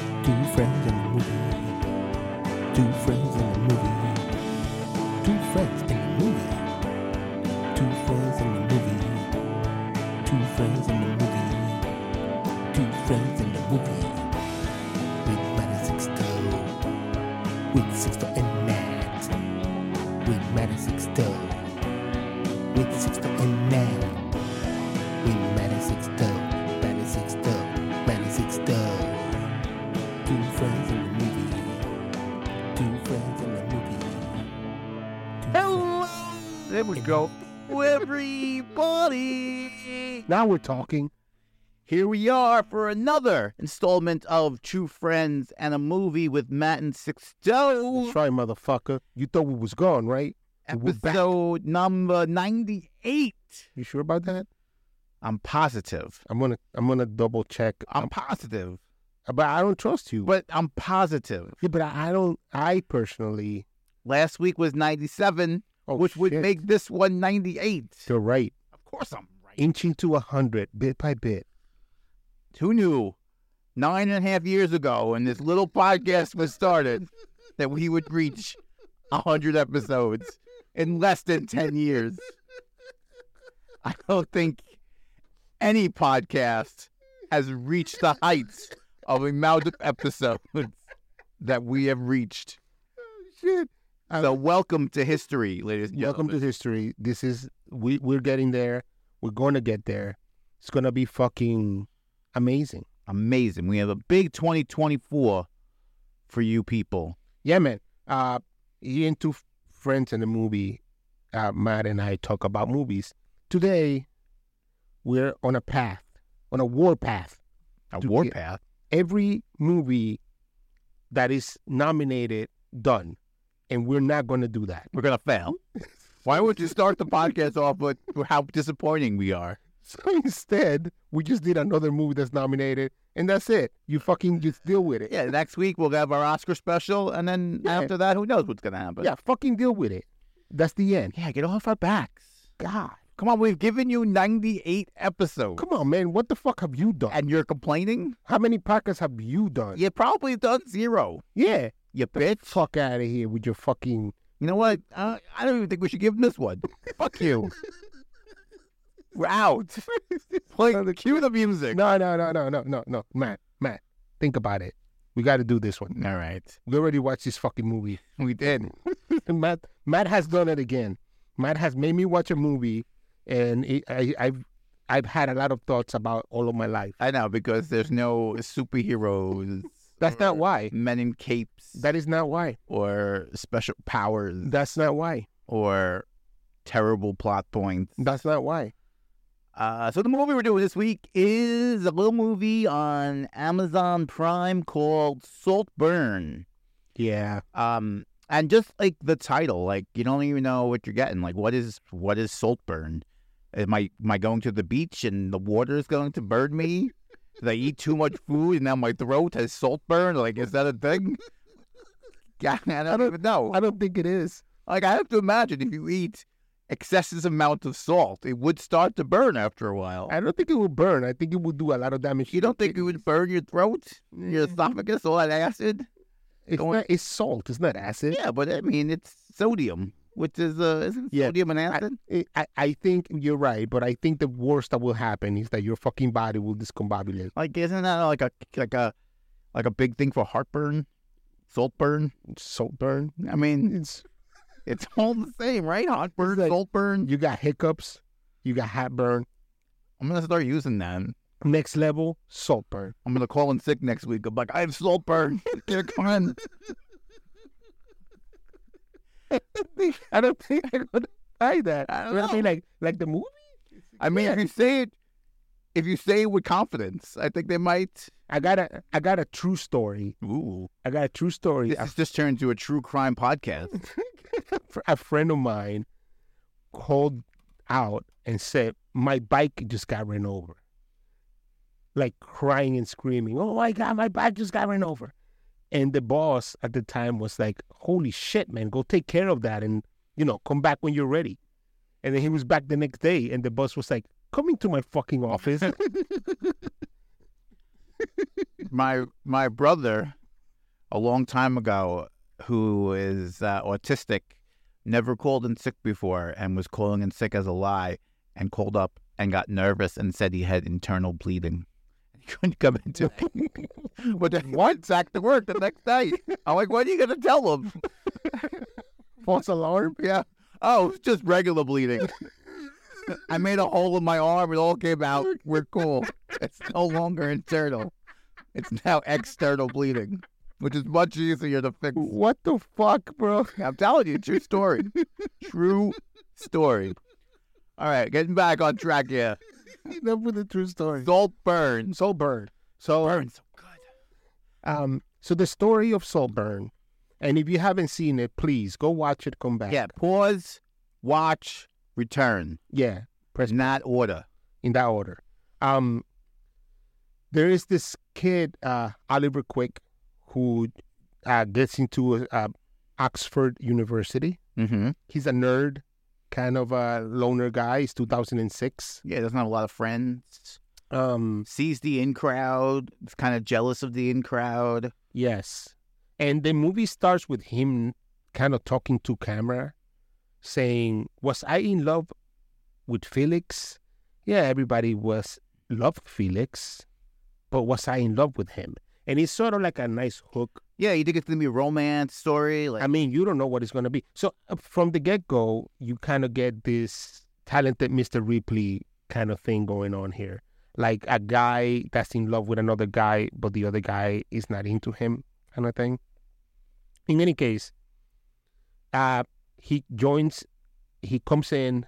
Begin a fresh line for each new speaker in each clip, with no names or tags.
friends in the movie. Two friends in the movie. Two friends in the movie. Two friends in the movie. Two friends in the movie. Two friends in the movie. With Matt Sixto. With Sixto and Matt. With Matt Sixto. With Sixto and Matt. With Matt Sixto. Matt Sixto. Matt Sixto. Two friends in the movie. Two friends in the movie. Two
Hello. There we go. Everybody.
Now we're talking.
Here we are for another installment of Two Friends and a Movie with Matt and
That's
Sixto.
right, motherfucker. You thought we was gone, right? We're back.
Episode number 98.
You sure about that?
I'm positive.
I'm gonna I'm gonna double check. Uh,
I'm positive.
but I don't trust you.
But I'm positive.
yeah, but I, I don't. I personally,
Last week was 97,
oh,
which would
shit.
make this one 98.
You're right,
Of course I'm right.
inching to a hundred, bit by bit.
Who knew nine and a half years ago when this little podcast was started that we would reach 100 episodes in less than 10 years? I don't think any podcast has reached the heights of amount of episodes that we have reached.
Shit. I-
So welcome to history, ladies and
Welcome to
gentlemen.
history. This is we we're getting there. We're gonna get there. It's gonna be fucking amazing.
Amazing. We have a big 2024 for you people.
Yeah, man. Uh, you and two friends in the movie, uh, Matt and I talk about movies. Today, we're on a path, on a war path.
A
To-
warpath.
Every movie that is nominated, done. And we're not going to do that.
we're gonna fail. Why would you start the podcast off with how disappointing we are?
So instead, we just did another movie that's nominated, and that's it. You fucking just deal with it.
Yeah, next week we'll have our Oscar special, and then
Yeah.
after that, who knows what's gonna happen?
yeah, fucking deal with it. That's the end.
yeah, get off our backs.
God,
Come on, we've given you 98 episodes,
come on, man. What the fuck have you done?
and you're complaining?
How many podcasts have you done?
You probably done zero.
yeah.
You bitch.
fuck out of here with your fucking.
You know what? Uh, I don't even think we should give him this one. Fuck you. We're out. Play, cue the music.
No, no, no, no, no, no, no, Matt, Matt, think about it. We got to do this one.
All right,
We already watched this fucking movie.
we did.
Matt, Matt has done it again. Matt has made me watch a movie, and it, I, I've, I've had a lot of thoughts about all of my life.
I know because there's no superheroes.
That's not why.
men in capes.
That is not why.
or special powers
That's not why.
or terrible plot points.
That's not why.
Uh, so the movie we're doing this week is a little movie on Amazon Prime called Saltburn.
Yeah.
Um, and just like the title, like you don't even know what you're getting. Like, what is what is Saltburn? Am I am I going to the beach and the water is going to burn me? Did I eat too much food and now my throat has saltburn? Like, is that a thing? Yeah, I don't even know.
I don't think it is.
Like I have to imagine if you eat excessive amount of salt, it would start to burn after a while.
I don't think it will burn. I think it will do a lot of damage.
You don't think it would burn your throat, your esophagus, all that acid?
It's,
don't-
not, it's salt. It's not acid.
Yeah, but I mean it's sodium, which is uh, isn't
Yeah.
sodium an acid?
I, eh, I- I think you're right, but I think the worst that will happen is that your fucking body will discombobulate.
Like isn't that like a like a like a big thing for heartburn, saltburn?
Salt burn.
I mean
It's,
it's all the same, right? Heartburn,
like-
saltburn.
you got hiccups. You got heartburn.
I'm gonna start using that.
Next level, salt burn.
I'm gonna call in sick next week. I'm like, I have saltburn. They're coming.
I don't think I'm gonna buy that.
I don't
But mean,
know.
like, like the movie.
I mean, if you say it, if you say it with confidence, I think they might.
I got a, I got a true story.
Ooh,
I got a true story.
this
A,
has just turned into a true crime podcast.
fr- a friend of mine called out and said my bike just got ran over. Like crying and screaming, "Oh my god, my bike just got ran over!" And the boss at the time was like, "Holy shit, man, go take care of that, and you know, come back when you're ready." And then he was back the next day, and the boss was like, "Coming to my fucking office."
my my brother a long time ago who is uh, autistic, never called in sick before, and was calling in sick as a lie, and called up and got nervous and said he had internal bleeding. He couldn't come into but then went back to work the next day. I'm like, what are you going to tell him? False alarm? Yeah. Oh, it's just regular bleeding. I made a hole in my arm. It all came out. We're cool. It's no longer internal. It's now external bleeding, which is much easier to fix.
What the fuck, bro?
I'm telling you, true story. True story. All right, getting back on track here.
End up with a true story.
Salt burn.
Saltburn. So
Burn so good.
um, so the story of Saltburn, and if you haven't seen it, please go watch it. Come back.
Yeah, pause, watch, return.
Yeah.
Press not order.
in that order. Um, there is this kid, uh, Oliver Quick, who uh, gets into uh, Oxford University.
Mm-hmm.
He's a nerd, kind of a loner guy. He's 2006.
Yeah, doesn't have a lot of friends.
Um,
Sees the in crowd. Is kind of jealous of the in crowd.
yes. And the movie starts with him kind of talking to camera, saying, Was I in love with Felix? Yeah, everybody was loved Felix, but was I in love with him? And it's sort of like a nice hook
Yeah, you think it's gonna be a romance story? Like,
I mean, you don't know what it's going to be. So uh, from the get go, you kind of get this talented Mr. Ripley kind of thing going on here. Like a guy that's in love with another guy, but the other guy is not into him, kind of thing. In any case, uh, he joins, he comes in,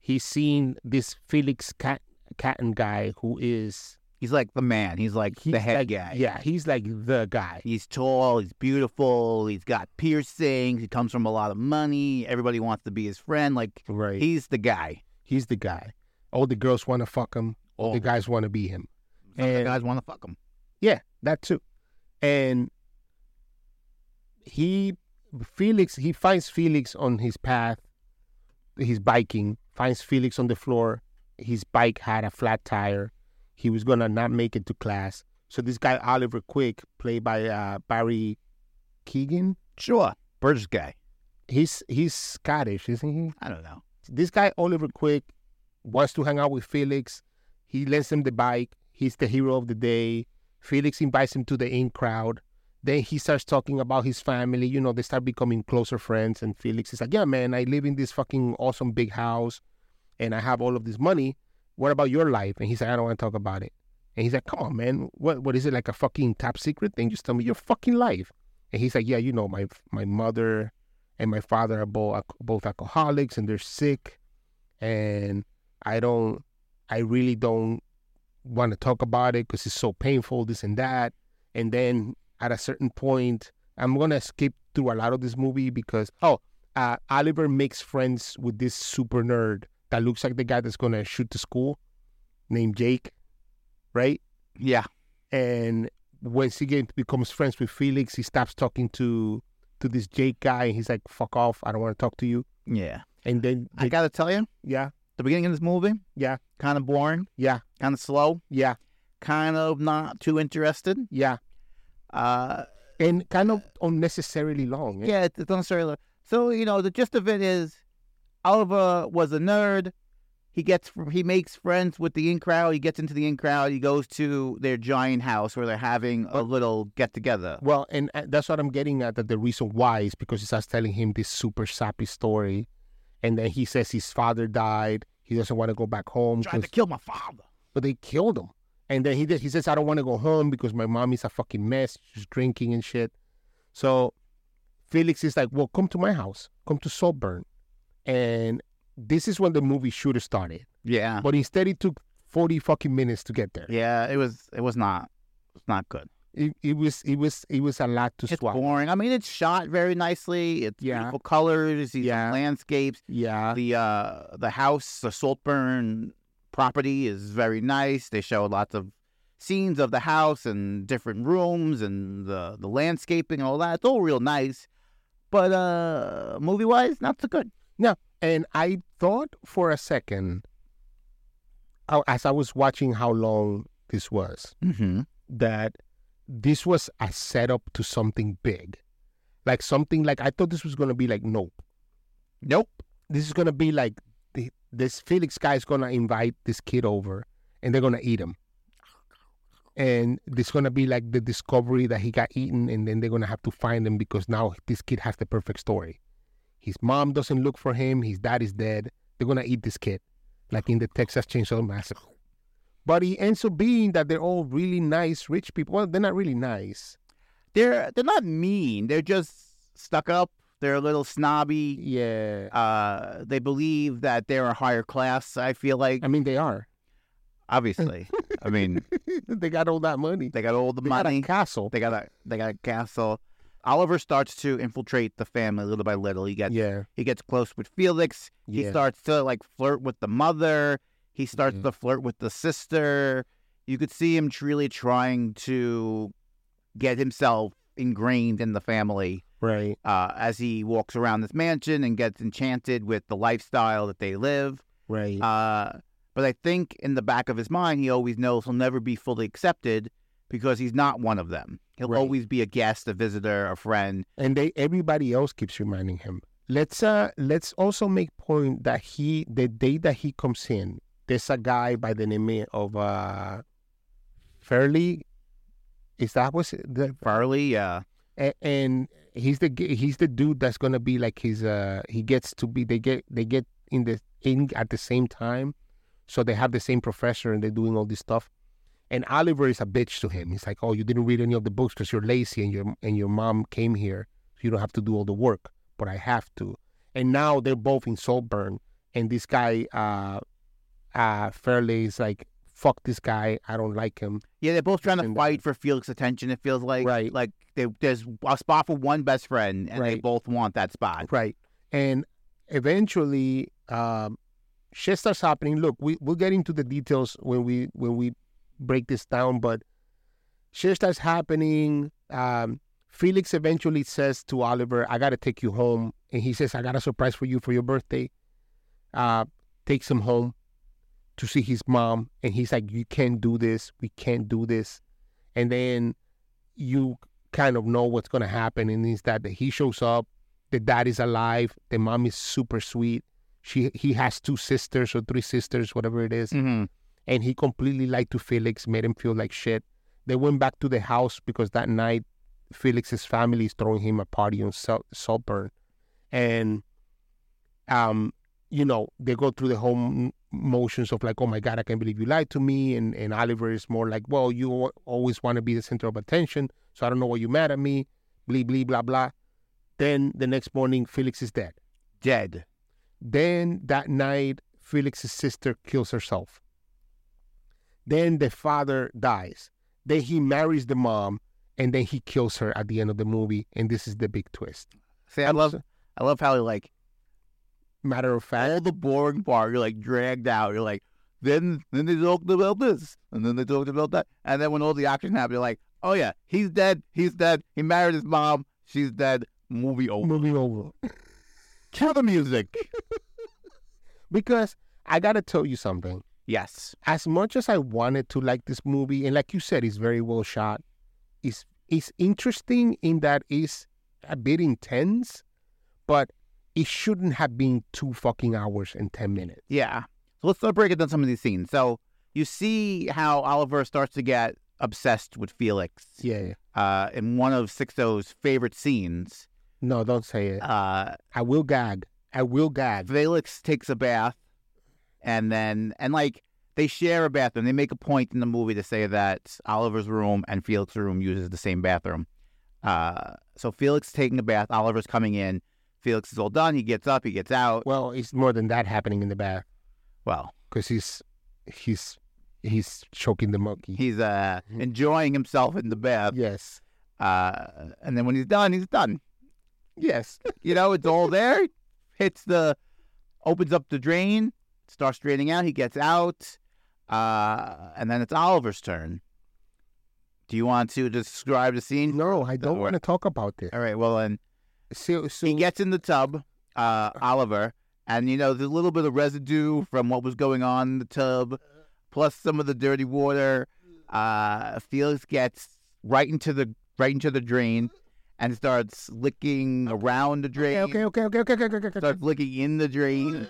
he's seeing this Felix Cat- Catton guy who is
he's like the man. He's like
he's
the head
like-
guy.
Yeah, he's like the guy.
He's tall. He's beautiful. He's got piercings. He comes from a lot of money. Everybody wants to be his friend. Like,
Right.
he's the guy.
he's the guy. All the girls want to fuck him. All the
Oh.
guys want to be him.
Some of the
And-
guys want to fuck him.
Yeah, that too. And he, Felix, he finds Felix on his path. He's biking, finds Felix on the floor. His bike had a flat tire. He was going to not make it to class. So this guy, Oliver Quick, played by uh, Barry Keegan,
Sure, British guy.
he's, he's Scottish, isn't he?
I don't know.
this guy Oliver Quick wants to hang out with Felix. He lends him the bike. He's the hero of the day. Felix invites him to the in crowd. Then he starts talking about his family. You know, they start becoming closer friends. And Felix is like, "Yeah, man, I live in this fucking awesome big house, and I have all of this money. What about your life?" And he's like, "I don't want to talk about it." And he's like, "Come on, man. What? What is it like a fucking top secret thing? Just tell me your fucking life." And he's like, "Yeah, you know, my my mother and my father are both both alcoholics and they're sick and i don't i really don't want to talk about it because it's so painful this and that and then at a certain point i'm gonna skip through a lot of this movie because oh uh, oliver makes friends with this super nerd that looks like the guy that's gonna shoot the school named jake right
Yeah,
and once he get, becomes friends with Felix, he stops talking to to this Jake guy, and he's like, "Fuck off! I don't want to talk to you."
yeah.
And then,
I gotta tell you,
yeah,
the beginning of this movie,
Yeah.
kind of boring,
yeah,
kind of slow,
yeah,
kind of not too interested.
yeah,
Uh,
and kind of unnecessarily long. eh?
yeah, it's, it's unnecessarily. So you know, the gist of it is, Oliver was a nerd. He gets he makes friends with the in crowd. He gets into the in crowd. He goes to their giant house where they're having a little get together.
Well, and uh, that's what I'm getting at. That the reason why is because he starts telling him this super sappy story, and then he says his father died. He doesn't want to go back home. 'cause-
kill my father.
but they killed him. And then he did, he says, I don't want to go home because my mom is a fucking mess. She's drinking and shit. So Felix is like, well, come to my house. Come to Saltburn. And this is when the movie should have started.
Yeah,
But instead, it took 40 fucking minutes to get there.
yeah. It was it was not it's not good.
It, it was it was it was a lot to
It's
swallow.
boring. I mean, it's shot very nicely. It's
Yeah.
beautiful colors. These
Yeah.
landscapes.
Yeah.
the uh the house, the Saltburn property is very nice. They show lots of scenes of the house and different rooms and the the landscaping and all that. It's all real nice. But uh movie wise, not so good.
And I thought for a second, I- as I was watching how long this was,
Mm-hmm.
that this was a setup to something big. Like something like I thought this was gonna be like nope.
Nope.
This is gonna be like the, this Felix guy is gonna invite this kid over and they're gonna eat him. And this gonna be like the discovery that he got eaten and then they're gonna have to find him because now this kid has the perfect story. His mom doesn't look for him, his dad is dead. They're gonna eat this kid. Like in the Texas Chainsaw Massacre. But it ends up being that they're all really nice rich people. Well, they're not really nice.
They're they're not mean. They're just stuck up. They're a little snobby.
Yeah.
Uh, they believe that they're a higher class. I feel like
I mean, they are.
obviously. I mean,
they got all that money.
they got all the
They got
money.
a castle.
They got a they got a castle. Oliver starts to infiltrate the family little by little. He gets
yeah.
he gets close with Felix. He
yeah.
starts to like flirt with the mother. He starts
Mhm.
to flirt with the sister. You could see him truly trying to get himself ingrained in the family
right.
uh, as he walks around this mansion and gets enchanted with the lifestyle that they live.
Right.
Uh, but I think in the back of his mind, he always knows he'll never be fully accepted because he's not one of them. He'll
Right.
always be a guest, a visitor, a friend.
and they everybody else keeps reminding him. Let's uh let's also make point that he the day that he comes in, there's a guy by the name of uh Fairley. Is that was the
Farley, uh,
a- and he's the g- he's the dude that's gonna be like his uh he gets to be they get they get in the in at the same time, so they have the same professor and they're doing all this stuff. And Oliver is a bitch to him. He's like, "Oh, you didn't read any of the books because you're lazy and your and your mom came here, so you don't have to do all the work, but I have to." And now they're both in Saltburn, and this guy uh uh Fairley is like, "Fuck this guy, I don't like him."
yeah, they're both trying to
And, uh,
fight for Felix's attention. It feels like
Right.
like they, there's a spot for one best friend, and they
Right.
both want that spot.
Right. And eventually, um, shit starts happening. Look, we we'll get into the details when we when we break this down, but shit starts happening. Um, Felix eventually says to Oliver, "I gotta take you home," and he says, "I got a surprise for you for your birthday." Uh, takes him home to see his mom, and he's like, "You can't do this. We can't do this." And then you kind of know what's gonna happen, and is that that he shows up the dad is alive. The mom is super sweet. She he has two sisters or three sisters, whatever it is.
Mhm.
And he completely lied to Felix, made him feel like shit. They went back to the house because that night Felix's family is throwing him a party on Sal- Saltburn, and um, you know they go through the whole m- motions of like, oh my god, I can't believe you lied to me, and and Oliver is more like, well, you al- always want to be the center of attention, so I don't know why you mad at me, blee blee blah blah. Then the next morning, Felix is dead.
Dead.
Then that night, Felix's sister kills herself. Then the father dies. Then he marries the mom, and then he kills her at the end of the movie. And this is the big twist.
See, I
I'm
love
so-
I love how he like
Matter of fact,
all the boring part. You're like dragged out. You're like, then then they talked about this, and then they talked about that, and then when all the action happened, you're like, oh yeah, he's dead, he's dead. He married his mom, she's dead. Movie over.
moving over
Kill the music.
because I gotta tell you something.
yes,
as much as I wanted to like this movie, and like you said, it's very well shot. It's it's interesting in that it's a bit intense, but it shouldn't have been two fucking hours and ten minutes.
yeah. So let's start breaking down some of these scenes. So you see how Oliver starts to get obsessed with Felix.
Yeah.
Uh, in one of Sixo's favorite scenes,
No, don't say it.
uh,
I will gag. I will gag.
Felix takes a bath, and then and like they share a bathroom. They make a point in the movie to say that Oliver's room and Felix's room uses the same bathroom. Uh, so Felix is taking a bath. Oliver's coming in. Felix is all done. He gets up. He gets out.
Well, it's more than that happening in the back
Well,
because he's he's he's choking the monkey.
he's uh, enjoying himself in the bath.
yes.
Uh, and then when he's done, he's done.
Yes.
You know, it's all there. Hits the, opens up the drain, starts draining out. He gets out, uh, and then it's Oliver's turn. Do you want to describe the scene?
No, I don't
Uh,
want to talk about this.
All right. Well, then
So, so
he gets in the tub, uh, Oliver, and you know there's a little bit of residue from what was going on in the tub, plus some of the dirty water. Uh, Felix gets right into the right into the drain and starts licking around the drain.
Okay, okay, okay, okay, okay, okay, okay, okay.
Starts licking in the drain.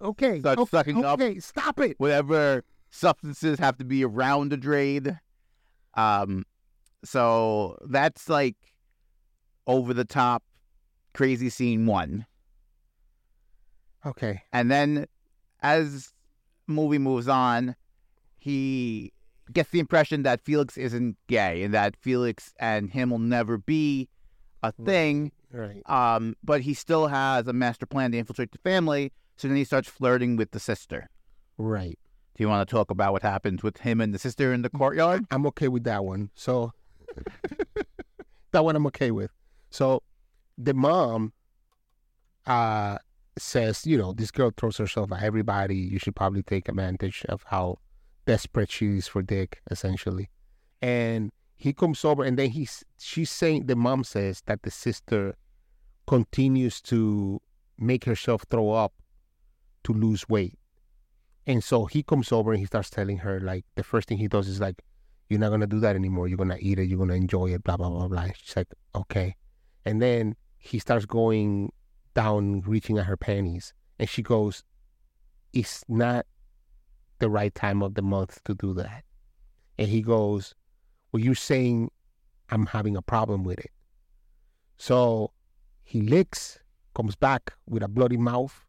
Okay,
Starts
okay,
sucking up.
okay, stop it.
Whatever substances have to be around the drain. Um, so that's like over the top, crazy scene one.
Okay,
And then as movie moves on, he gets the impression that Felix isn't gay and that Felix and him will never be a
Right.
thing.
right.
Um, but he still has a master plan to infiltrate the family. So then he starts flirting with the sister.
Right.
Do you want to talk about what happens with him and the sister in the courtyard?
I'm okay with that one. So that one I'm okay with. So the mom uh says, you know, this girl throws herself at everybody. You should probably take advantage of how desperate she is for Dick, essentially. And he comes over and then he's she's saying the mom says that the sister continues to make herself throw up to lose weight. And so he comes over and he starts telling her like the first thing he does is like you're not gonna do that anymore. You're gonna eat it. You're gonna enjoy it. Blah blah blah blah. She's like, okay. And then he starts going down, reaching at her panties, and she goes, "It's not the right time of the month to do that." And he goes, "Well, you're saying I'm having a problem with it." So he licks, comes back with a bloody mouth.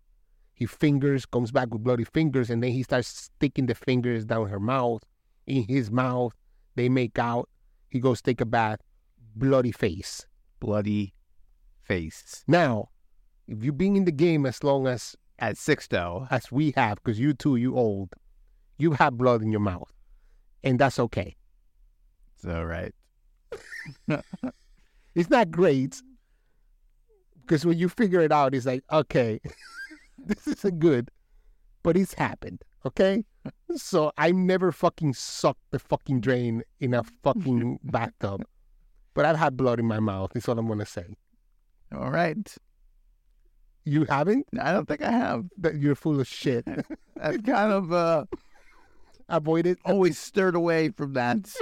He fingers, comes back with bloody fingers, and then he starts sticking the fingers down her mouth, in his mouth. They make out. He goes take a bath, bloody face.
Bloody face.
Now, if you've been in the game as long as
At six, though.
as we have, because you too, you old, you have blood in your mouth, and that's okay.
It's all right.
It's not great, because when you figure it out, it's like okay, this isn't good, but it's happened. Okay, so I never fucking sucked the fucking drain in a fucking bathtub, but I've had blood in my mouth. That's all I'm gonna say.
All right.
You haven't?
I don't think I have.
That you're full of shit.
I've kind of uh,
Avoid it.
always stirred away from that.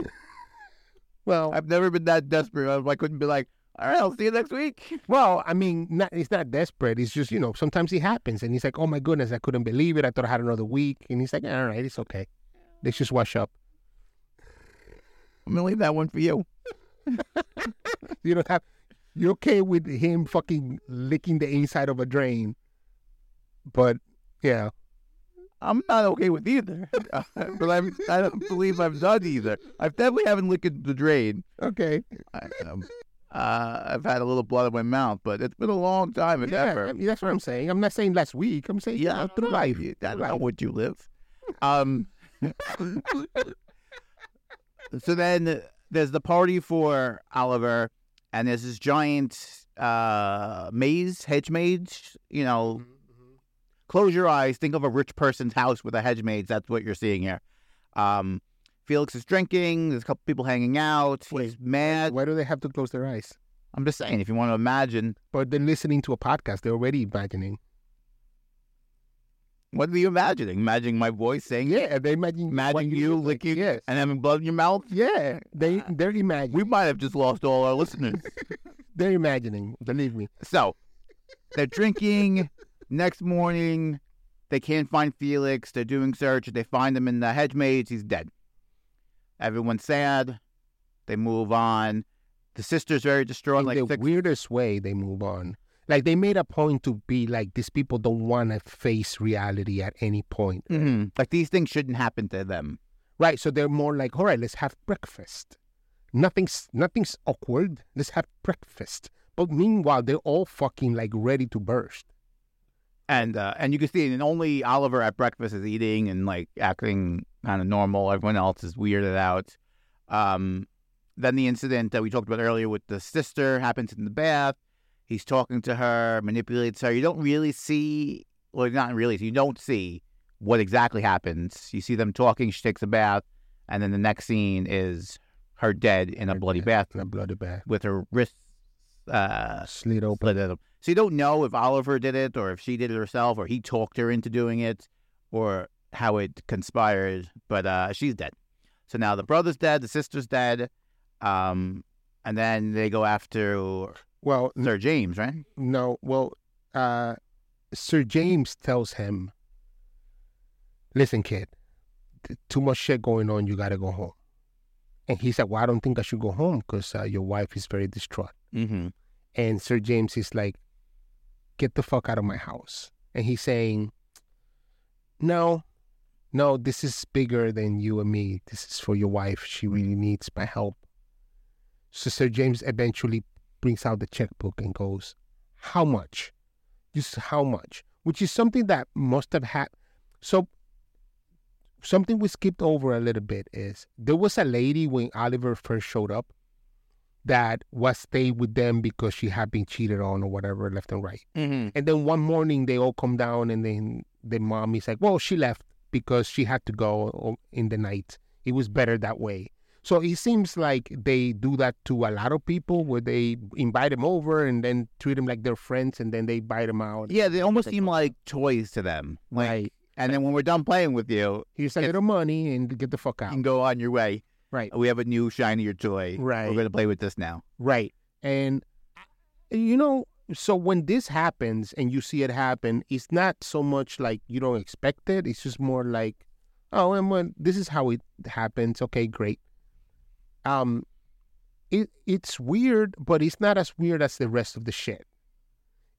Well,
I've never been that desperate. I- I couldn't be like, all right, I'll see you next week.
Well, I mean, not, it's not desperate. It's just, you know, sometimes it happens. And he's like, oh my goodness, I couldn't believe it. I thought I had another week. And he's like, all right, it's okay. Let's just wash up.
I'm gonna leave that one for you.
You don't have, you're okay with him fucking licking the inside of a drain. But yeah,
I'm not okay with either, but I'm, I don't believe I've done either. I definitely haven't licked the drain.
okay.
I, um, uh, I've had a little blood in my mouth, but it's been a long time, if
Yeah,
ever.
I mean, that's what I'm saying. I'm not saying last week. I'm saying,
yeah,
yeah, through life.
I don't
Through
know
life.
what you live. Um, so then there's the party for Oliver, and there's this giant uh, maze, hedge maze. You know, mm-hmm. close your eyes, think of a rich person's house with a hedge maze. That's what you're seeing here. Um, Felix is drinking. There's a couple people hanging out. He's mad.
Why do they have to close their eyes?
I'm just saying, if you want to imagine,
But they're listening to a podcast. They're already imagining.
what are you imagining? Imagining my voice saying,
Yeah, they imagine. what
Imagine you
look like.
licking
Yes.
and having blood in your mouth.
Yeah, they they're imagining.
We might have just lost all our listeners.
They're imagining. Believe me.
So they're drinking. Next morning, they can't find Felix. They're doing search. They find him in the hedge maze. He's dead. Everyone's sad. They move on. The sister's very distraught.
In
Like
the
six-
weirdest way, they move on. Like they made a point to be like these people don't want to face reality at any point,
Mhm. like these things shouldn't happen to them.
right? So they're more like, all right, let's have breakfast. Nothing's nothing's awkward. Let's have breakfast. But meanwhile, they're all fucking like ready to burst.
And uh, and you can see, and only Oliver at breakfast is eating and like acting kind of normal. Everyone else is weirded out. Um, then the incident that we talked about earlier with the sister happens in the bath. He's talking to her, manipulates her. You don't really see, well, not really. You don't see what exactly happens. You see them talking. She takes a bath, and then the next scene is her dead in a
Her
bloody
dead.
bath
And a bloody bear
with her wrists uh,
slid open.
split them. So you don't know if Oliver did it or if she did it herself or he talked her into doing it or how it conspired, but uh, she's dead. So now the brother's dead, the sister's dead. Um, and then they go after
Well, n-
Sir James, right?
no. Well, uh, Sir James tells him, "Listen, kid, t- too much shit going on. You gotta go home." And he said, "Well, I don't think I should go home because uh, your wife is very distraught."
Mm-hmm.
And Sir James is like, "Get the fuck out of my house." And he's saying, "No, no, this is bigger than you and me. This is for your wife. She really needs my help." So Sir James eventually brings out the checkbook and goes, "How much? Just how much?" Which is something that must have happened. So something we skipped over a little bit is there was a lady when Oliver first showed up that was stayed with them because she had been cheated on or whatever left and right.
Mm-hmm.
And then one morning they all come down, and then the mom is like, "Well, she left because she had to go o- in the night. It was better that way." So it seems like they do that to a lot of people, where they invite them over and then treat them like they're friends, and then they buy them out.
Yeah, they almost seem like toys to them. Like,
Right.
and then when we're done playing with you,
Here's a little money and get the fuck
you
out.
can go on your way.
Right.
We have a new shinier toy.
Right.
We're gonna play with this now.
Right. And uh, you know, so when this happens and you see it happen, it's not so much like you don't expect it. It's just more like, oh, and when this is how it happens. Okay, great. Um, it it's weird, but it's not as weird as the rest of the shit.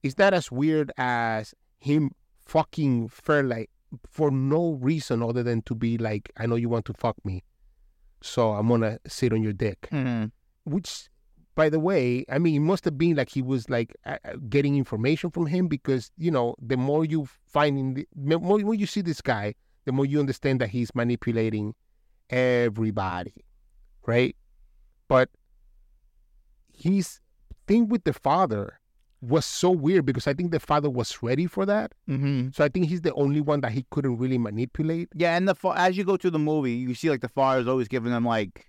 It's not as weird as him fucking Fairlight for no reason other than to be like, I know you want to fuck me, so I'm gonna sit on your dick
Mm-hmm.
which by the way i mean it must have been like he was like uh, uh, getting information from him because you know the more you find in the the more, more you see this guy the more you understand that he's manipulating everybody right but his thing with the father was so weird because i think the father was ready for that
Mm-hmm.
so i think he's the only one that he couldn't really manipulate
Yeah, and the fa- as you go through the movie, you see like the father's always giving them like,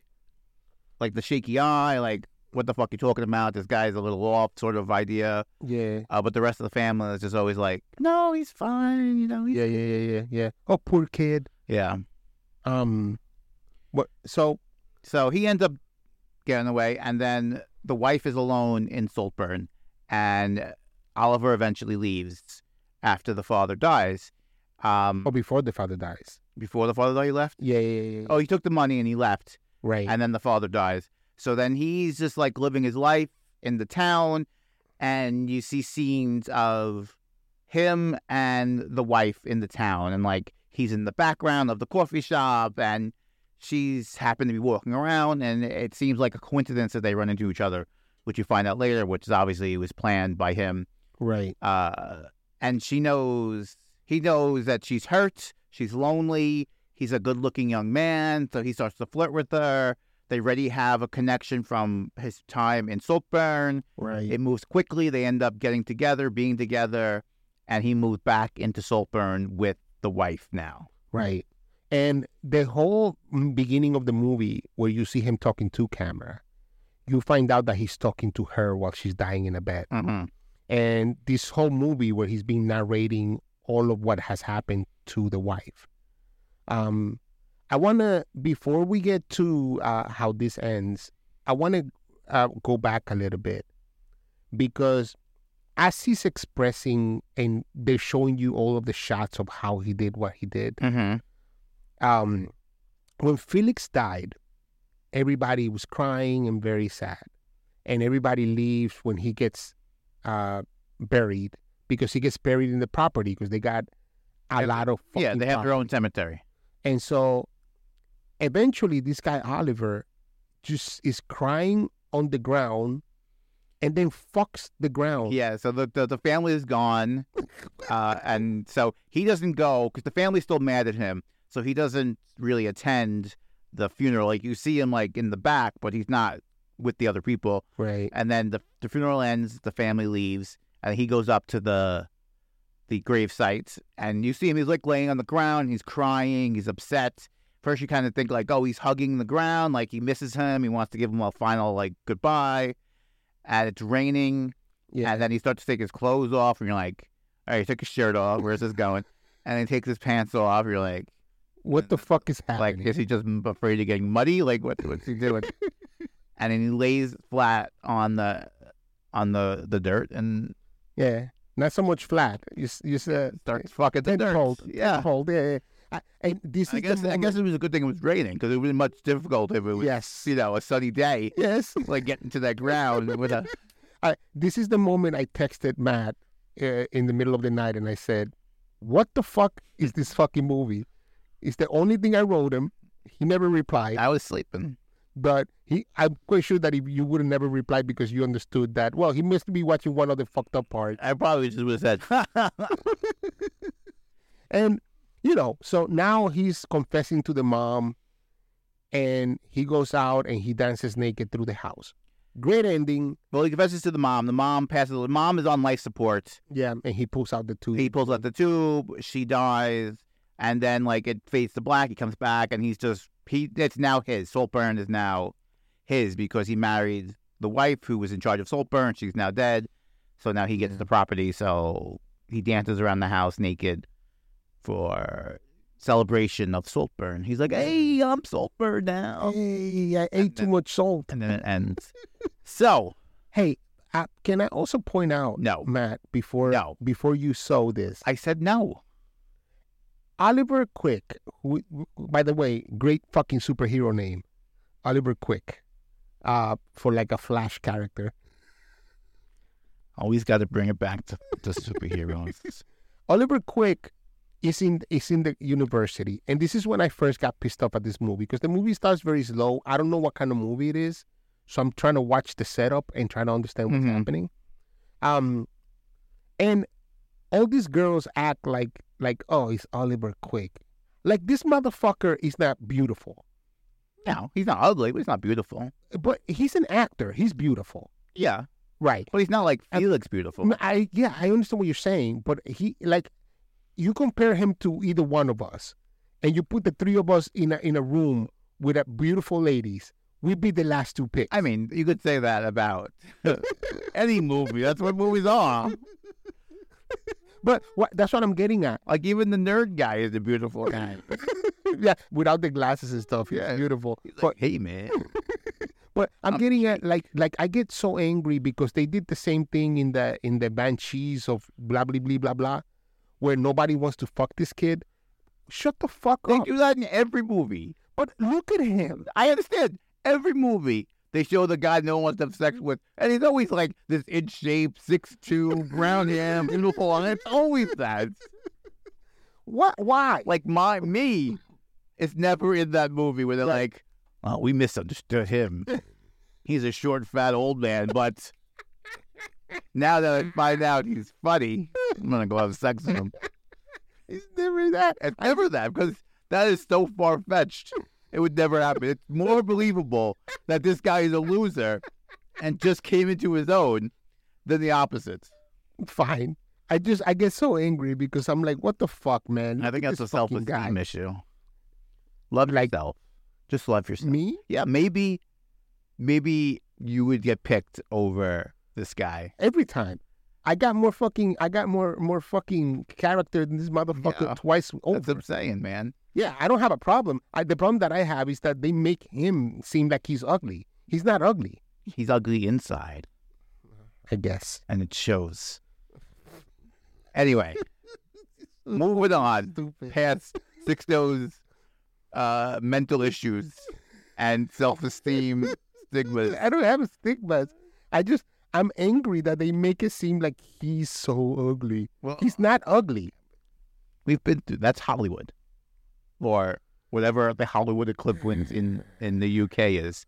like the shaky eye, like what the fuck you talking about? This guy's a little off, sort of idea.
yeah
Uh, but the rest of the family is just always like, no, he's fine. You know, he's...
yeah yeah yeah yeah yeah oh poor kid
yeah.
um what so
So he ends up getting away, and then the wife is alone in Saltburn, and Oliver eventually leaves after the father dies. Um,
Oh, before the father dies.
before the father died, he left.
Yeah, yeah, yeah. yeah.
Oh, he took the money and he left.
right.
and then the father dies. So then he's just like living his life in the town, and you see scenes of him and the wife in the town, and like he's in the background of the coffee shop, and she's happened to be walking around, and it seems like a coincidence that they run into each other, which you find out later, which is obviously was planned by him.
right.
Uh, and she knows he knows that she's hurt, she's lonely. He's a good-looking young man, so he starts to flirt with her. They already have a connection from his time in Saltburn.
Right.
It moves quickly. They end up getting together, being together, and he moves back into Saltburn with the wife now.
right. And the whole mm, beginning of the movie where you see him talking to camera, you find out that he's talking to her while she's dying in a bed.
Mm-hmm.
And this whole movie where he's been narrating all of what has happened to the wife. Um, I want to, before we get to uh, how this ends, I want to uh, go back a little bit because as he's expressing and they're showing you all of the shots of how he did what he did,
Mm-hmm.
um, when Felix died, everybody was crying and very sad, and everybody leaves when he gets uh, buried because he gets buried in the property because they got a
Yeah,
lot of
Yeah,
fucking
they have their
property.
own cemetery.
and so eventually this guy Oliver just is crying on the ground, and then fucks the ground.
Yeah, so the, the, the family is gone. Uh, and so he doesn't go because the family's still mad at him. So he doesn't really attend the funeral. Like you see him like in the back, but he's not with the other people.
Right.
And then the, the funeral ends, the family leaves, and he goes up to the the grave site and you see him he's like laying on the ground, he's crying, he's upset. First you kind of think like, oh, he's hugging the ground, like he misses him, he wants to give him a final like goodbye. And it's raining.
Yeah.
And then he starts to take his clothes off, and you're like, all right, he took his shirt off. Where's this going? And he takes his pants off. You're like,
What the fuck is
like
happening?
is he just m- afraid of getting muddy? Like, what, what's he doing? and then he lays flat on the on the the dirt and
Yeah, not so much flat. You s- you said
starts fucking the
Then
dirt.
cold.
Yeah.
cold. Yeah, yeah. eh, I, and this
I
is the
guess I
moment-
guess it was a good thing it was raining because it would be much difficult if it was
yes,
you know a sunny day
yes.
like getting to that ground with a
I, this is the moment I texted Matt uh, in the middle of the night, and I said, "What the fuck is this fucking movie?" It's the only thing I wrote him. He never replied,
I was sleeping.
but he I'm quite sure that he, you would have never replied because you understood that. Well, he must be watching one of the fucked up parts.
I probably just would have said
And, you know, so now he's confessing to the mom and he goes out and he dances naked through the house. Great ending.
Well he confesses to the mom. The mom passes the mom is on life support.
Yeah. And he pulls out the two.
He pulls out the tube, she dies, and then like it fades to black, he comes back and he's just he it's now his. Saltburn is now his because he married the wife who was in charge of Saltburn. She's now dead. So now he gets the property, so he dances around the house naked for celebration of Saltburn. He's like, Hey, I'm Saltburn now.
hey, Oh, I ate too much salt.
And then it ends. So
Hey, uh, can I also point out,
no.
Matt, before
No.
before you saw this,
I said no.
Oliver Quick, who, who- by the way, great fucking superhero name, Oliver Quick, uh, for like a Flash character.
Always gotta bring it back to, to superheroes.
Oliver Quick is in is in the university, and this is when I first got pissed off at this movie because the movie starts very slow. I don't know what kind of movie it is, so I'm trying to watch the setup and trying to understand what's
Mhm.
happening. Um, and all these girls act like like oh, it's Oliver Quick. Like this motherfucker is not beautiful,
No, he's not ugly, but he's not beautiful.
but he's an actor. He's beautiful,
Yeah,
right?
but he's not like
And-
Felix beautiful.
No, I yeah, I understand what you're saying, but he like you compare him to either one of us, and you put the three of us in a in a room with a beautiful ladies, we'd be the last two picks.
I mean, you could say that about any movie. That's what movies are.
but what, that's what I'm getting at.
Like even the nerd guy is a beautiful guy.
yeah, without the glasses and stuff, yeah,
Yeah.
beautiful.
He's
But Oh,
like, hey man,
but I'm
I'm
getting at like like I get so angry because they did the same thing in the in the Banshees of blah blah blah blah blah, where nobody wants to fuck this kid. Shut the fuck
they
up.
do that in every movie.
But look at him.
I understand every movie. They show the guy no one wants to have sex with, and he's always like this in shape, six two, brown hair, beautiful, and it's always that.
What? Why?
Like my me, is never in that movie where they're
Right.
like, "Oh, we misunderstood him. He's a short, fat old man." But now that I find out he's funny, I'm gonna go have sex with him.
It's never that.
It's never that because that is so far fetched. It would never happen. It's more believable that this guy is a loser and just came into his own than the opposite.
Fine. I just I get so angry because I'm like, what the fuck, man?
I
Look
think
at
that's a
this fucking
self-esteem
guy.
issue. Love yourself. Just love yourself.
Me?
yeah, maybe, maybe you would get picked over this guy.
Every time. I got more fucking I got more more fucking character than this motherfucker
Yeah.
twice over.
That's what I'm saying, man.
yeah, I don't have a problem. I, the problem that I have is that they make him seem like he's ugly. He's not ugly,
He's ugly inside,
I guess.
and it shows. Anyway, moving on
Stupid.
past Sixto's uh, mental issues and self-esteem stigmas.
I don't have stigmas. I just I'm angry that they make it seem like he's so ugly.
Well,
He's not ugly.
we've been through. That's Hollywood, or whatever the Hollywood equivalent in in the UK is.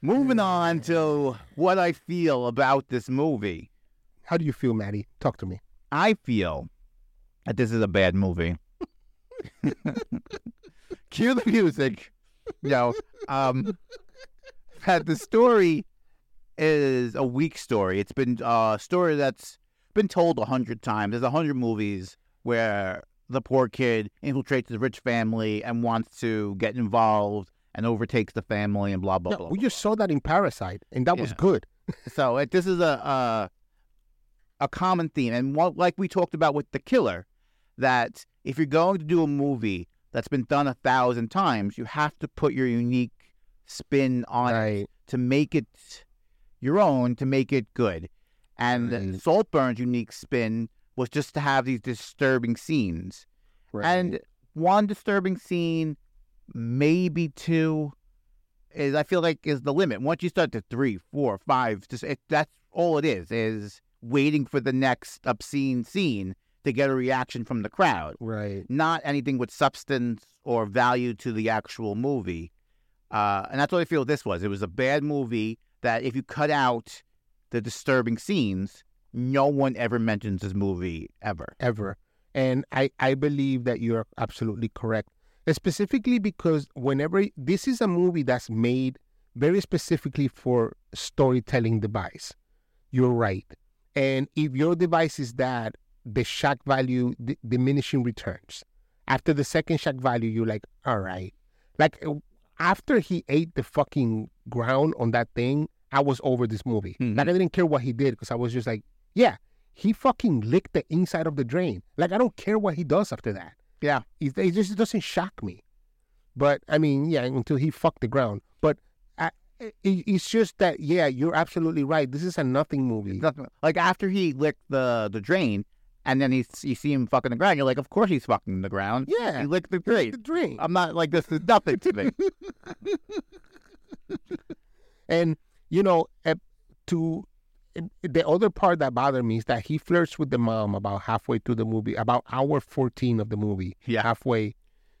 Moving on to what I feel about this movie.
How do you feel, Maddie? Talk to me.
I feel that this is a bad movie. Cue the music. No, um, that the story is a weak story. It's been uh, a story that's been told a hundred times. There's a hundred movies where the poor kid infiltrates the rich family and wants to get involved and overtakes the family and blah blah
Yeah,
blah.
we
blah,
just saw that in Parasite, and that was
Yeah.
good.
so it, this is a, a a common theme, and what, like we talked about with the killer, that if you're going to do a movie that's been done a thousand times, you have to put your unique spin on it
Right.
to make it your own, to make it good. And
Right.
Saltburn's unique spin was just to have these disturbing scenes.
right.
And one disturbing scene, maybe two, is I feel like is the limit. Once you start to three, four, five, just it, that's all it is is waiting for the next obscene scene to get a reaction from the crowd.
right.
Not anything with substance or value to the actual movie. Uh, and that's what I feel this was. It was a bad movie that if you cut out the disturbing scenes, no one ever mentions this movie ever.
ever. And I, I believe that you're absolutely correct. Specifically because whenever this is a movie that's made very specifically for storytelling device. You're right. And if your device is that, the shock value d- diminishing returns. After the second shock value, you're like, all right. Like uh, after he ate the fucking ground on that thing, I was over this movie.
Mhm.
Like I didn't care what he did because I was just like, yeah, he fucking licked the inside of the drain. Like I don't care what he does after that.
Yeah.
It, it just doesn't shock me. But I mean, yeah, until he fucked the ground. But I, it, it's just that, yeah, you're absolutely right. This is a nothing movie.
Nothing- Like after he licked the the drain, and then he you see him fucking the ground. You're like, of course he's fucking the ground.
yeah,
He licked the
the
drain.
drain.
I'm not like this is nothing to me.
And you know, eh, to eh, the other part that bothered me is that he flirts with the mom about halfway through the movie, about hour fourteen of the movie.
Yeah.
halfway,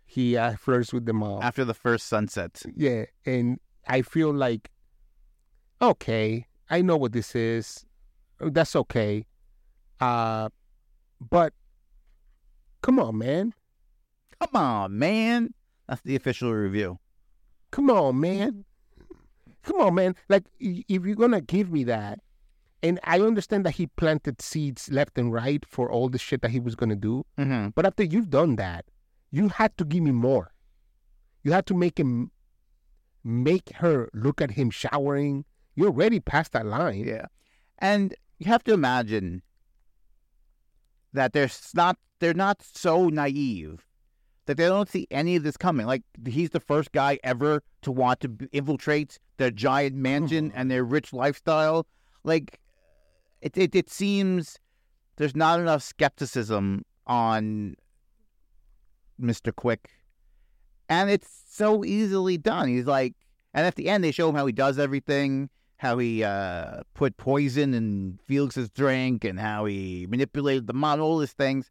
he uh, flirts with the mom.
After the first sunset,
yeah, and I feel like, okay, I know what this is. Oh, That's okay, uh, but come on, man,
come on, man. That's the official review.
come on, man, come on, man. Like, i- if you're gonna give me that, and I understand that he planted seeds left and right for all the shit that he was gonna do,
Mm-hmm.
but after you've done that, you had to give me more. You had to make him, make her look at him showering. You're already past that line.
Yeah, and you have to imagine that they're s- not they're not so naive that they don't see any of this coming. Like he's the first guy ever to want to b- infiltrate their giant mansion
Mhm.
and their rich lifestyle. Like it, it it seems there's not enough skepticism on Mr. Quick. And it's so easily done. He's like and at the end they show him how he does everything, how he uh, put poison in Felix's drink and how he manipulated the model, all these things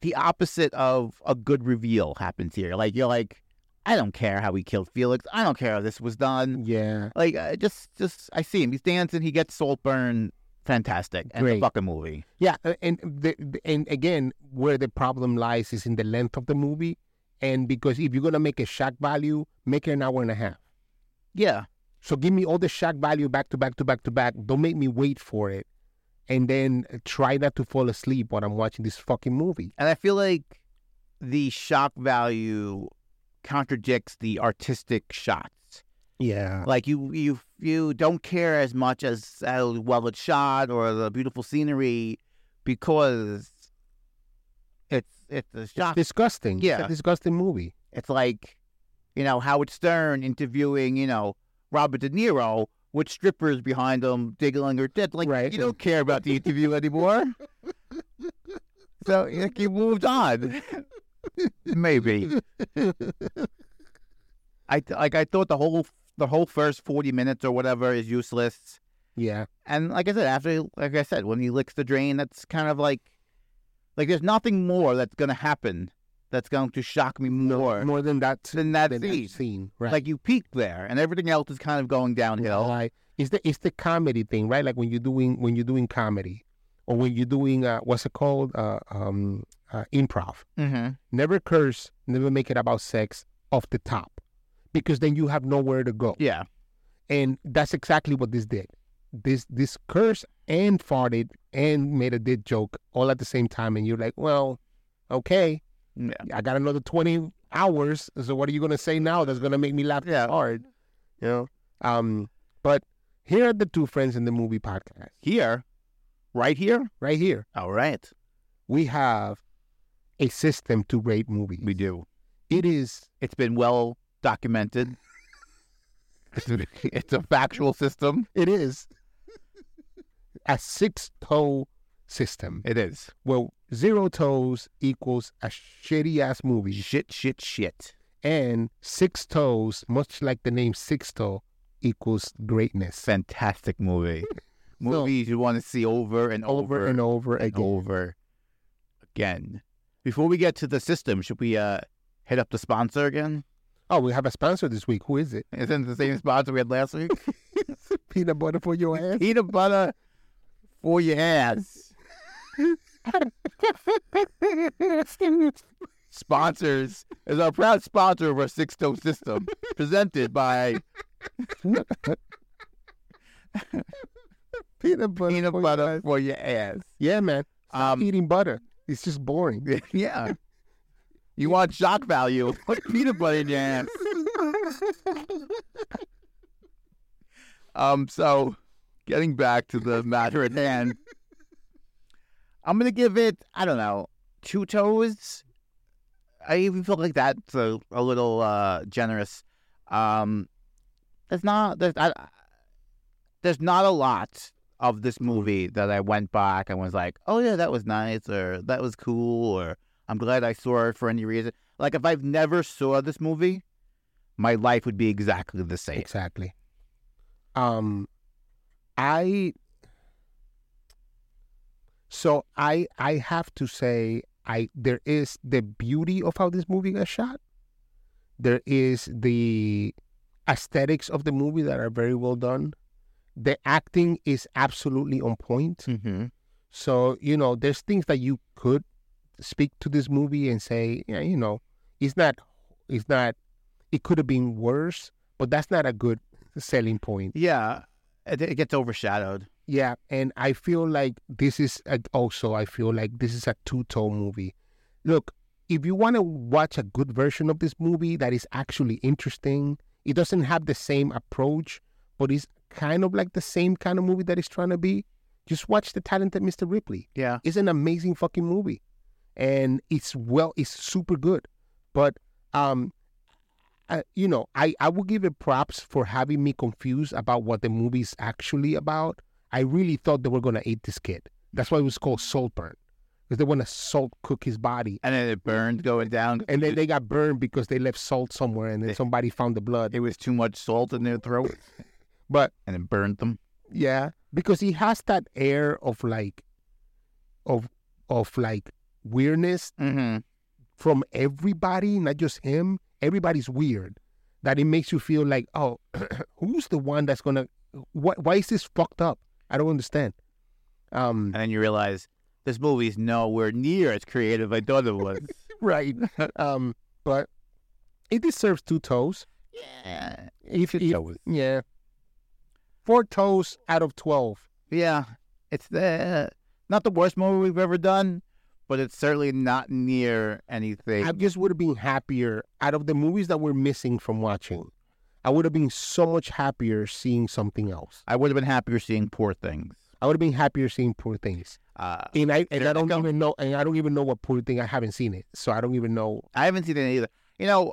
the opposite of a good reveal happens here. Like you're like, I don't care how he killed Felix. I don't care how this was done.
Yeah.
Like uh, just, just I see him. He's dancing. He gets Saltburn. Fantastic. And the
Great.
fucking movie.
Yeah, a- and the, the- and again, where the problem lies is in the length of the movie, and because if you're gonna make a shock value, make it an hour and a half.
Yeah.
So give me all the shock value back to back to back to back. Don't make me wait for it, and then uh, try not to fall asleep while I'm watching this fucking movie.
And I feel like the shock value contradicts the artistic shots.
Yeah.
Like you, you, you don't care as much as how well it's shot or the beautiful scenery because it's it's a shock
Disgusting. It's a
Yeah.
disgusting movie.
It's like, you know, Howard Stern interviewing, you know, Robert De Niro with strippers behind him diggling her dick. Like,
Right.
you don't care about the interview anymore. so like, you moved on. Maybe. I th- like I thought the whole the whole first forty minutes or whatever is useless.
Yeah.
And like I said, after like I said, when he licks the drain, that's kind of like like there's nothing more that's gonna happen that's going to shock me more
More than that
than that
than
scene.
I've seen. Right.
Like you peak there, and everything else is kind of going downhill.
Like, it's the it's the comedy thing, right? Like when you're doing when you're doing comedy, or when you're doing uh, what's it called uh, um, uh, improv.
Mm-hmm.
Never curse, never make it about sex off the top, because then you have nowhere to go.
Yeah,
And that's exactly what this did. This this curse and farted and made a dick joke all at the same time, and you're like, well, okay,
yeah,
I got another 20 hours. So what are you going to say now that's going to make me laugh
Yeah.
hard? You know? Um, but here are the two friends in the movie podcast.
Here, right here.
Right here,
All right,
we have a system to rate movies.
do.
It is
It's been well documented. It's a, it's a factual system.
It is a six toe system.
It is.
Well, zero toes equals a shitty ass movie,
Shit, shit, shit.
and six toes, much like the name six toe, equals greatness.
Fantastic movie. Movies you want to see over and
Over,
over,
and over
and
again.
over again. Before we get to the system, should we uh, hit up the sponsor again?
Oh, we have a sponsor this week. Who is it?
Isn't it the same sponsor we had last week?
Peanut butter for your ass.
Peanut butter for your ass. Sponsors is our proud sponsor of our six toe system, presented by
Peanut butter.
peanut
for your
butter
ass.
for your ass.
Yeah, man. Stop
Um,
eating butter. It's just boring.
yeah. You want shock value? Put peanut butter in your ass. Um, so getting back to the matter at hand, I'm gonna give it, I don't know, two toes. I even feel like that's a, a little uh generous. Um there's not there's I, I- there's not a lot of this movie that I went back and was like, Oh yeah, that was nice or that was cool or I'm glad I saw it for any reason. Like if I've never saw this movie, my life would be exactly the same.
Exactly. Um, I. So I I have to say I there is the beauty of how this movie got shot. There is the aesthetics of the movie that are very well done. The acting is absolutely on point.
Mm-hmm.
So, you know, there's things that you could speak to this movie and say, yeah, you know, it's not, it's not, it could have been worse, but that's not a good selling point.
Yeah, it, it gets overshadowed.
Yeah. And I feel like this is a, also, I feel like this is a two tone movie. Look, if you want to watch a good version of this movie that is actually interesting, it doesn't have the same approach, but it's kind of like the same kind of movie that it's trying to be. Just watch The Talented Mr. Ripley
Yeah,
is an amazing fucking movie, and it's well, it's super good. But um, I, you know, I I will give it props for having me confused about what the movie is actually about. I really thought they were gonna eat this kid. That's why it was called Saltburn, because they want to salt cook his body,
and then it burned going down,
and then they got burned because they left salt somewhere, and then somebody found the blood.
it was too much salt in their throat,
But
and it burned them.
Yeah, because he has that air of like, of of like weirdness
Mm-hmm.
from everybody, not just him. Everybody's weird. That it makes you feel like, oh, who's the one that's gonna? Why, why is this fucked up? I don't understand. Um,
And then you realize this movie's nowhere near as creative as I thought it was.
right. um, but it deserves two toes.
yeah,
If,
Two
if
toes.
yeah, four toes out of twelve.
yeah, it's the not the worst movie we've ever done, but it's certainly not near anything.
I just would have been happier out of the movies that we're missing from watching. I would have been so much happier seeing something else.
I would have been happier seeing Poor Things.
I would have been happier seeing Poor Things.
Uh,
And I and
There
I
I
don't
go.
even know and I don't even know what Poor Thing. I haven't seen it, so I don't even know.
I haven't seen it either. You know,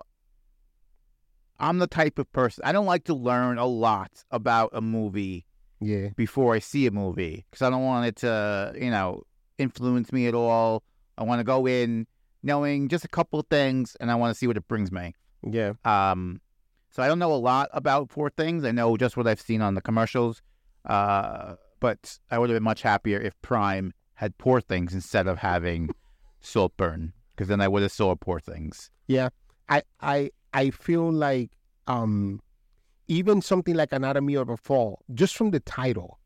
I'm the type of person I don't like to learn a lot about a movie
Yeah,
before I see a movie because I don't want it to, you know, influence me at all. I want to go in knowing just a couple of things, and I want to see what it brings me.
yeah,
Um, so I don't know a lot about Poor Things. I know just what I've seen on the commercials. Uh, but I would have been much happier if Prime had Poor Things instead of having Saltburn because then I would have saw Poor Things.
yeah. I I I feel like um, even something like Anatomy of a Fall, just from the title,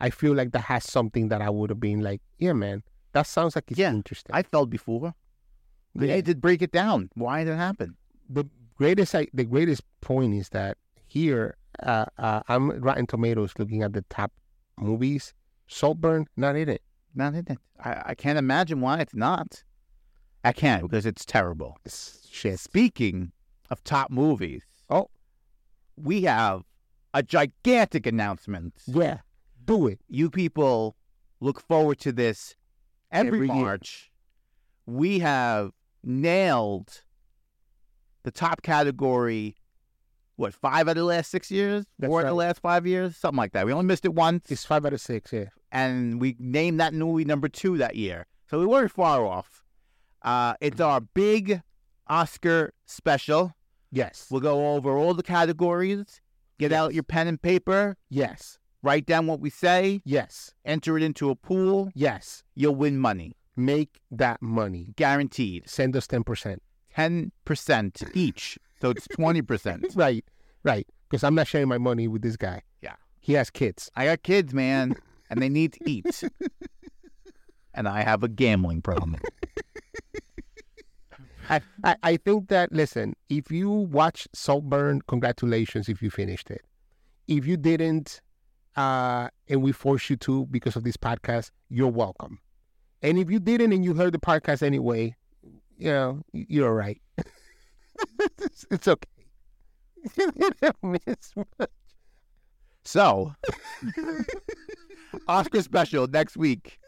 I feel like that has something that I would have been like, yeah, man, that sounds like it's
Yeah,
interesting.
I fell before. They
Yeah.
need to break it down. Why did it happen?
the greatest I, the greatest point is that here uh, uh, I'm Rotten Tomatoes looking at the top movies. Saltburn not in it.
Not in it. I, I can't imagine why it's not. I can't because it's terrible.
It's shit.
Speaking of top movies,
Oh.
we have a gigantic announcement.
Yeah, do it.
You people look forward to this every,
Every year.
March. We have nailed the top category what five out of the last six years,
That's
four out of the
right.
last five years, something like that. We only missed it once,
It's five out of six. Yeah.
and we named that movie number two that year, so we weren't far off. Uh, it's our big Oscar special.
Yes.
We'll go over all the categories. Get out your pen and paper.
yes.
Write down what we say.
Yes.
Enter it into a pool.
Yes.
You'll win money,
Make that money.
guaranteed.
Send us ten percent.
Ten percent each, so it's twenty percent.
Right. Right. Because I'm not sharing my money with this guy.
Yeah.
He has kids.
I got kids, man, and they need to eat. and I have a gambling problem.
I, I, I think that listen, if you watch Saltburn, congratulations if you finished it. If you didn't, uh, and we forced you to because of this podcast, you're welcome. And if you didn't and you heard the podcast anyway, you know, y- you're all right. it's, it's okay.
So, Oscar special next week.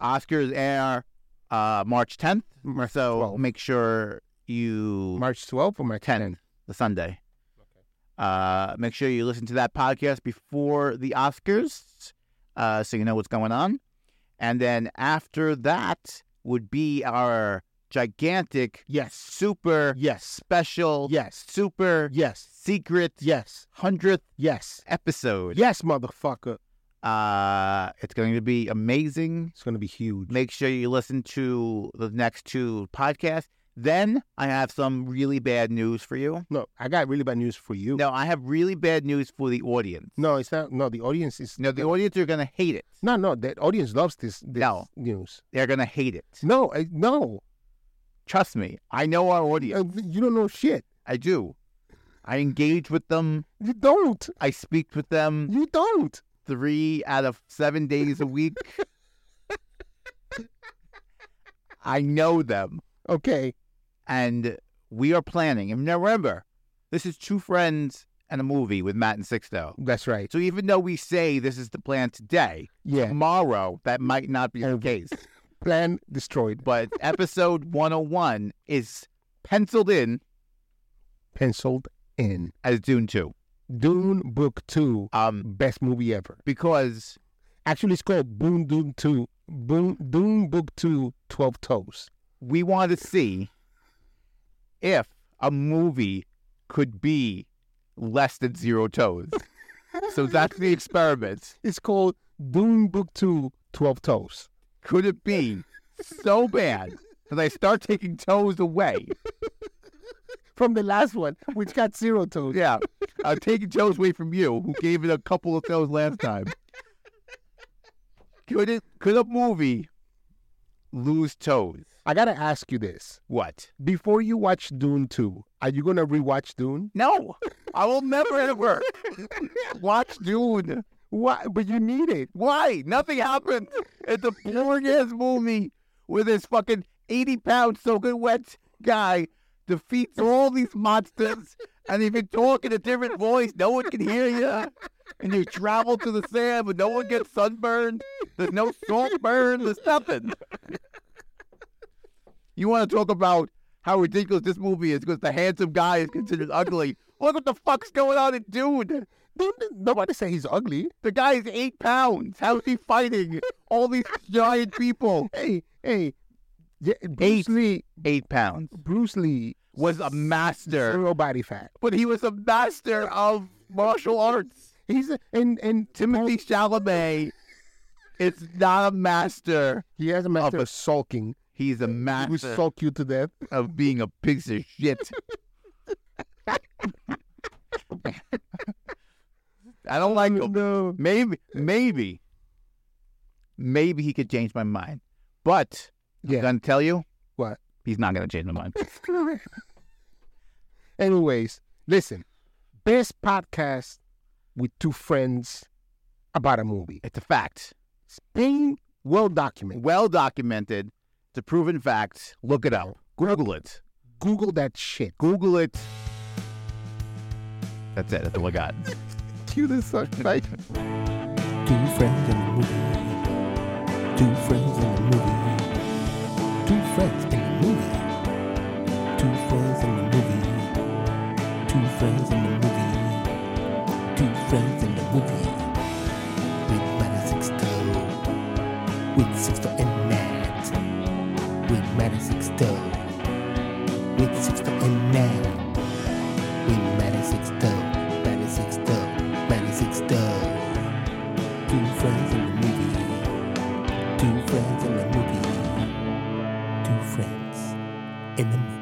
Oscars air uh, March 10th.
March
so
12th.
make sure you
March 12th or March 10th?
Ten, the Sunday. Uh, make sure you listen to that podcast before the Oscars, uh, so you know what's going on. And then after that would be our gigantic,
Yes.
super
Yes.
special,
Yes.
super
Yes.
secret
Yes.
hundredth
Yes.
episode.
Yes, motherfucker.
Uh, it's going to be amazing.
It's going to be huge.
Make sure you listen to the next two podcasts. Then I have some really bad news for you.
No, I got really bad news for you.
No, I have really bad news for the audience.
No, it's not. No, the audience is
No, the audience are gonna hate it.
no, no. The audience loves this, this
No.
news.
They're gonna hate it.
No, I, no,
Trust me, I know our audience.
Uh, you don't know shit.
I do. I engage with them.
You don't.
I speak with them
You don't.
three out of seven days a week. I know them,
Okay.
and we are planning. And now remember, this is two friends and a movie with Matt and Sixto.
That's right.
So even though we say this is the plan today,
Yeah.
tomorrow that might not be the
Oh.
case.
Plan destroyed.
But episode 101 is penciled in
Penciled in.
as Dune 2.
Dune Book Two.
Um,
Best movie ever.
because
Actually, it's called Boom Dune Two. Boom Dune Book Two. Twelve Toes.
we want to see if a movie could be less than zero toes. so that's the experiment.
It's called Dune Book Two. Twelve Toes.
Could it be so bad that I start taking toes away?
From the last one, which got zero toes.
Yeah, I'm taking toes away from you, who gave it a couple of toes last time. Could it? Could a movie lose toes?
I gotta ask you this.
What?
Before you watch Dune 2, are you going to rewatch Dune?
No, I will never ever watch Dune.
Why? But you need it.
Why? Nothing happened. It's a boring ass movie where this fucking 80 pound soaking wet guy defeats all these monsters. And if you talk in a different voice, no one can hear you. And you travel to the sand, but no one gets sunburned. There's no salt burn. There's nothing. You want to talk about how ridiculous this movie is because the handsome guy is considered ugly. Look what the fuck's going on in Dune.
Don't- nobody say he's ugly.
The guy's eight pounds. How's he fighting all these giant people?
Hey, hey. Yeah,
Eight.
Bruce Lee,
Eight pounds.
Bruce Lee,
Was a master,
zero body fat.
but he was a master of martial arts.
He's a, and and
Timothy Chalamet is not a master.
he has a master
a-
of sulking.
He's a
He will
master
sulk you to death.
of being a piece of shit. I don't like him.
No,
Maybe, maybe, maybe he could change my mind. But
Yeah.
I'm gonna tell you
What?
he's not gonna change my mind.
Anyways, listen. Best podcast with two friends about a movie.
It's a fact.
It's been well documented.
Well documented. It's a proven fact. Look it up. Google it.
Google that shit.
Google it. That's it. That's all I got.
Cue this such like.
Two friends in a movie. Two friends in a movie. Two friends in a movie. Two friends in a movie. Two friends in a movie. movie with Matt Sixto, with Sixto and Matt, with Matt Sixto, with Sixto and Matt, with Matt Sixto, Matt Sixto, Matt Sixto. Two friends in the movie, two friends in the movie, two friends in the movie.